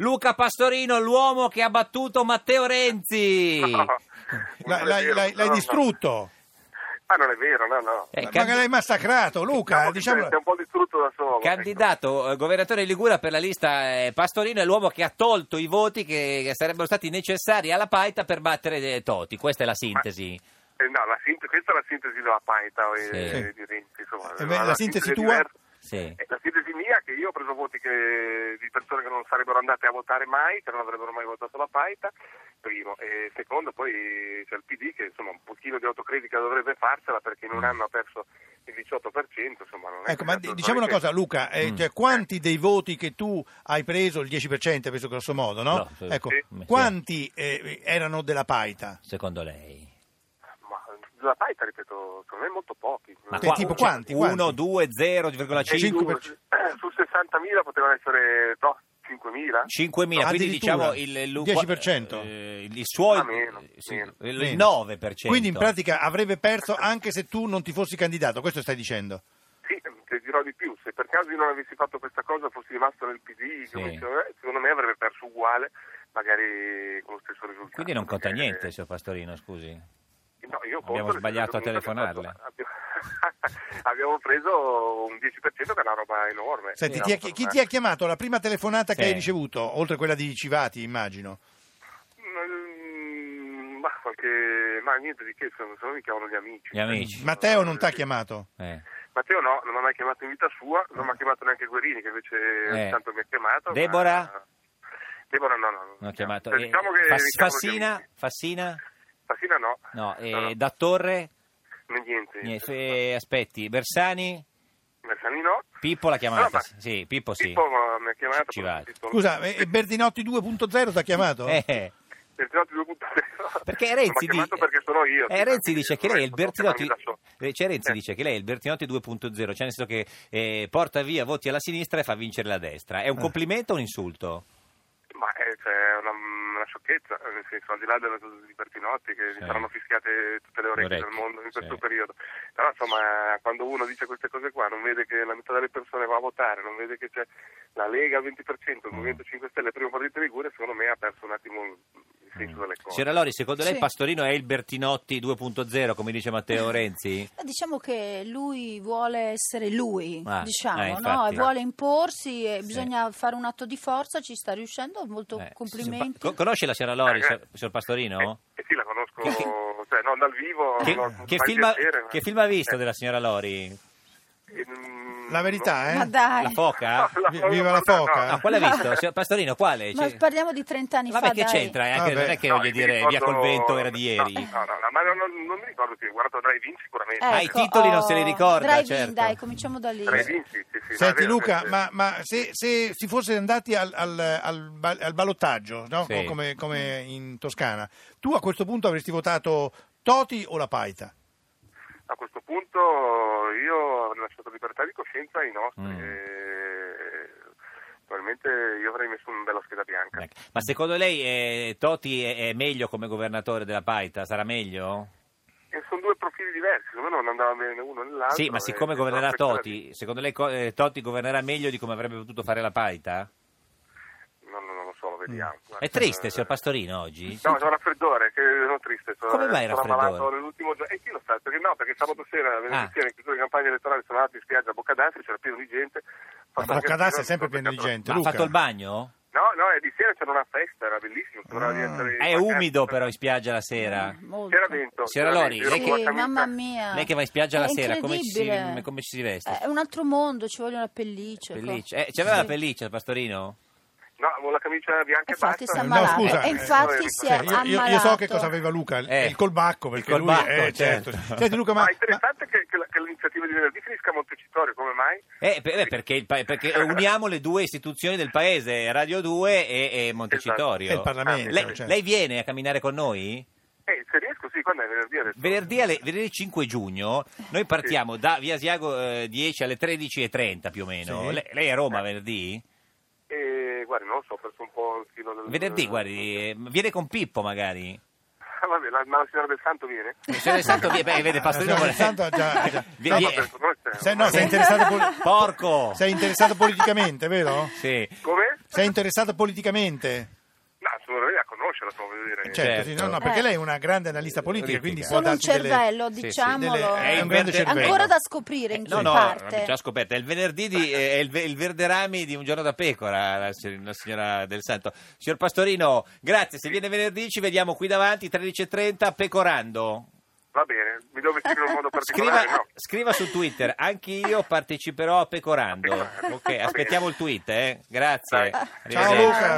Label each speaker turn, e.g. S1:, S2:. S1: Luca Pastorino, l'uomo che ha battuto Matteo Renzi. Eh,
S2: L'hai,
S3: Non è
S2: Eh. l'hai-
S3: vero,
S2: l'hai- l'hai
S3: no, no.
S2: distrutto,
S3: Ma non è vero, no, no.
S1: Eh,
S2: ma
S1: candi-
S2: che l'hai massacrato,
S3: Diciamo
S2: Luca.
S3: che
S2: Diciamolo.
S3: È un po' distrutto da solo.
S1: Candidato eh, governatore di Ligura per la lista eh, Pastorino è l'uomo che ha tolto i voti che, che sarebbero stati necessari alla Paita per battere eh, Toti. Questa è la sintesi.
S3: ecco. Eh, no, la sint- questa è la sintesi della Paita e,
S1: Sì.
S3: e di Renzi, insomma.
S2: Eh, beh, la sintesi
S3: è
S2: tua?
S3: diversa.
S1: Sì.
S3: Eh, La sintesi mia è che io ho preso voti che- di persone che non sarebbero andate a votare mai, che non avrebbero mai votato la Paita, primo. E secondo, poi c'è il PD che insomma un pochino di autocritica dovrebbe farsela perché in un anno ha perso il 18%, insomma non è
S2: Mm.
S3: certo
S2: Ecco, ma
S3: che-
S2: di- diciamo una cosa, Luca, eh,
S1: Mm.
S2: cioè, quanti dei voti che tu hai preso, il 10% penso grosso modo, no?
S1: No, sì.
S2: Ecco,
S1: Sì.
S2: quanti eh, erano della Paita?
S1: Secondo lei?
S3: Ma la Paita, ripeto, secondo me molto pochi.
S2: Eh, qua- tipo quanti?
S1: 1,
S2: Quanti?
S1: 2, 0,
S3: Eh,
S1: 0,5.
S2: Cinque
S3: su,
S2: per-
S3: su 60.000 potevano essere no, 5.000?
S1: 5.000, quindi
S2: Addirittura,
S1: diciamo il, lu-
S2: 10%.
S1: eh, i suoi
S3: Ma Ah, meno,
S1: sì,
S3: meno.
S1: il
S2: Meno.
S1: 9%.
S2: Quindi in pratica avrebbe perso anche se tu non ti fossi candidato, questo stai dicendo.
S3: Sì, ti dirò di più, se per caso io non avessi fatto questa cosa fossi rimasto nel PD,
S1: Sì.
S3: come dicevo, eh, secondo me avrebbe perso uguale, magari con lo stesso risultato.
S1: Quindi non conta
S3: perché-
S1: niente, signor Pastorino, scusi.
S3: No, io conto
S1: Abbiamo
S3: nel
S1: sbagliato
S3: senso
S1: a
S3: che comunque abbiamo fatto- Abbiamo, preso un 10% che è una roba enorme.
S2: Senti,
S3: No,
S2: ti ha- chi ti ha chiamato? La prima telefonata che
S1: Sì.
S2: hai ricevuto, oltre quella di Civati, immagino.
S3: Mm, Ma, qualche... ma niente di che, sono, sono mi chiamano gli amici.
S1: Gli amici.
S2: Matteo non ti ha
S3: Sì.
S2: chiamato.
S1: Eh.
S3: Matteo no, non mi ha mai chiamato in vita sua, non mi ha chiamato neanche Guerini che invece
S1: Eh.
S3: ogni tanto mi ha chiamato. ma-
S1: Debora?
S3: Debora no, no.
S1: Non ho chiamato.
S3: Eh,
S1: Eh,
S3: diciamo che
S1: Fas-
S3: mi chiamano gli
S1: Fassina?
S3: amici.
S1: Fassina?
S3: Fassina no.
S1: No, eh,
S3: no,
S1: da Torre?
S3: no, niente.
S1: Niente, eh, aspetti, Bersani?
S3: Bersani no.
S1: Pippo l'ha
S3: No,
S1: chiamata.
S3: ma-
S1: sì, Pippo sì.
S3: Pippo ma mi ha chiamato.
S1: Ci va.
S3: Pippo-
S2: Scusa, e e Berdinotti 2.0 ti ha chiamato?
S1: Eh,
S3: Bertinotti 2.0.
S1: perché
S3: Non mi
S1: Renzi,
S3: ha chiamato
S1: di-
S3: perché sono io.
S1: Eh, Renzi dice che lei è il
S3: Sono
S1: Bertinotti
S3: chiamati da solo.
S1: eh, cioè Renzi
S3: Eh.
S1: dice che lei è il Bertinotti 2.0 cioè nel senso che eh, porta via voti alla sinistra e fa vincere la destra è un complimento o un insulto?
S3: Ma è cioè, una, una sciocchezza, eh, nel senso, al di là delle cose di Bertinotti che
S1: Sì.
S3: mi saranno fischiate tutte le orecchie
S1: Orecchie,
S3: del mondo in questo
S1: sì.
S3: periodo. Però insomma, quando uno dice queste cose qua, non vede che la metà delle persone va a votare, non vede che c'è la Lega al 20%, il
S1: Mm.
S3: Movimento 5 Stelle, il primo partito di Ligure, secondo me ha perso un attimo il senso delle cose.
S1: Mm. Signora Lori secondo lei
S4: Sì.
S1: Pastorino è il Bertinotti 2.0 come dice Matteo Renzi?
S4: Ma Diciamo che lui vuole essere lui,
S1: Ah,
S4: diciamo,
S1: eh,
S4: no?
S1: infatti.
S4: E vuole imporsi e
S1: Sì.
S4: bisogna fare un atto di forza, ci sta riuscendo, molto
S1: Eh,
S4: Esatto, complimenti.
S1: signor Pa- conosce la signora Lori,
S3: Eh,
S1: signor, signor Pastorino?
S3: Eh, eh sì, la conosco,
S1: Che-
S3: cioè non dal vivo,
S1: Che,
S3: non-
S1: che
S3: fa
S1: film ha,
S3: piacere, ma-
S1: che film ha visto
S3: eh,
S1: della signora Lori?
S3: ehm,
S2: La verità, eh?
S4: Ma dai,
S1: La
S3: no.
S1: foca?
S3: No, la
S2: Vi- viva la
S3: no, no,
S2: foca. eh.
S1: No, quale ha visto? Signor Pastorino, quale?
S4: ma
S1: Cioè-
S4: parliamo di 30 anni
S1: Vabbè,
S4: fa,
S1: che
S4: dai.
S1: c'entra? eh, anche-
S2: Vabbè.
S1: Non è che
S3: No,
S1: voglio
S3: io mi
S1: dire
S3: ricordo-
S1: via col vento era di ieri.
S3: No, no, no, ma non, non- non mi ricordo che ho guardato Drive In sicuramente.
S1: Ah, i
S2: Ecco,
S1: titoli non se li ricorda,
S4: Drive-in,
S1: certo.
S4: Ecco, oh, dai, cominciamo da lì.
S3: Drive In, sì, sì, sì, no, è
S2: Senti
S3: vero,
S2: Luca,
S3: sì.
S2: ma, ma se, se si fosse andati al, al, al ba- al ballottaggio, no?
S1: Sì.
S2: come, come in Toscana, tu a questo punto avresti votato Toti o la Paita?
S3: A questo punto io avrei lasciato libertà di coscienza ai nostri.
S1: Mm.
S3: e Probabilmente io avrei messo una bella scheda bianca.
S1: Ecco. Ma secondo lei eh, Toti è, è meglio come governatore della Paita? Sarà meglio?
S3: E sono due profili diversi, secondo me non andava bene uno nell'altro.
S1: sì, ma siccome
S3: e-
S1: governerà
S3: no, questa è la
S1: Toti, secondo lei co- eh, Toti governerà meglio di come avrebbe potuto fare la Paita?
S3: vita. No, no, non lo so, lo vediamo.
S1: Mm. È triste,
S3: Eh,
S1: signor Pastorino, oggi?
S3: No, sono raffreddore, che sono triste. Sono,
S1: Come mai
S3: sono
S1: raffreddore?
S3: ammalato nell'ultimo giorno. E chi lo sa? Perché no, perché sabato sera, venerdì
S1: Ah.
S3: sera, in chiusura di campagna elettorale, sono andato in spiaggia a Boccadassi, c'era pieno di gente.
S2: Ma
S3: Fatto
S2: Bocca
S3: un
S2: d'Asti è
S3: casino,
S2: sempre
S3: mi sono
S2: pieno di
S3: beccato-
S2: gente.
S1: Ma ha
S2: Luca.
S1: fatto il bagno?
S3: No, no, e di sera c'era una festa, era bellissimo. sembrava di
S2: Ah.
S3: essere in
S1: È
S3: vacanza.
S1: umido però in spiaggia la sera.
S4: Molto.
S3: C'era vento.
S1: Signora
S3: c'era
S1: Lori,
S3: vento, io
S1: lei
S4: Sì,
S3: con la camicia-
S4: mamma mia.
S1: Lei che va in spiaggia la
S4: È
S1: sera, come ci si-
S4: incredibile.
S1: come ci si veste?
S4: È un altro mondo, ci vogliono la pelliccia. ecco.
S1: Pelliccia. Eh, c'aveva la
S4: Sì.
S1: pelliccia, Pastorino?
S3: No, con la camicia bianca e
S4: Infatti si è
S3: basta.
S2: No,
S4: ammalato.
S2: scusa,
S4: e
S2: eh,
S4: infatti si è
S2: Cioè, io, io- io so
S4: ammalato.
S2: che cosa aveva Luca, il-
S1: Eh,
S2: il colbacco, perché
S1: il colbacco,
S2: lui eh, certo.
S1: certo.
S2: Senti Luca, ma,
S3: Ma è interessante che, che la- che l'iniziativa di venerdì finisca a Montecitorio, come mai?
S1: Eh, per- eh, perché, il pa- perché uniamo le due istituzioni del paese, Radio 2 e, e Montecitorio.
S2: ma- è il Parlamento,
S1: Lei,
S2: certo.
S1: lei viene a camminare con noi?
S3: Eh, se riesco, sì, quando è venerdì adesso?
S1: Venerdì, alle, venerdì 5 giugno noi partiamo da Via Asiago eh, 10 alle 13.30 più o meno.
S2: Sì. Eh.
S1: Lei, lei è a Roma venerdì?
S3: Eh, guardi, non lo so, ho perso un po' il filo del...
S1: Venerdì, guardi, eh, viene con Pippo magari.
S3: Ah, vabbè, la, ma la signora del Santo viene?
S1: Se ne santo vi- beh, eh, vede Pastorino
S2: Se ne santo ha già- ha già-
S1: Vi-
S3: No,
S1: vi-
S3: vabbè, per noi c'è-
S2: Sei, no, sei, interessato poli-
S1: Porco!
S2: sei interessato politicamente, vero?
S1: Sì.
S3: Come?
S2: Sei interessato politicamente?
S3: No, sono lei a conoscerla, so, voglio dire.
S2: Certo,
S1: Certo.
S2: sì, no, no, perché
S4: Eh.
S2: lei è una grande analista politica,
S1: Politica.
S2: quindi può
S4: Solo un
S2: darci delle-
S4: cervello,
S1: Sì, sì,
S4: diciamolo.
S2: delle-
S1: il
S2: un grande
S1: verde-
S2: cervello.
S4: Ancora da scoprire in
S1: Eh,
S4: che
S1: no, no,
S4: parte.
S1: già scoperta. È il venerdì di, eh, è il, ve- il verderami di un giorno da pecora, la, sig- la signora Del Santo. Signor Pastorino, grazie. Se viene venerdì ci vediamo qui davanti, 13.30, pecorando.
S3: Va bene, mi devo vestire in un modo
S1: Scriva,
S3: particolare, no?
S1: scriva su Twitter, anch'io parteciperò a pecorando.
S3: Va
S1: Ok,
S3: bene.
S1: aspettiamo il tweet, eh. Grazie.
S3: Dai.
S2: Ciao
S1: Arrivederci.
S2: Luca,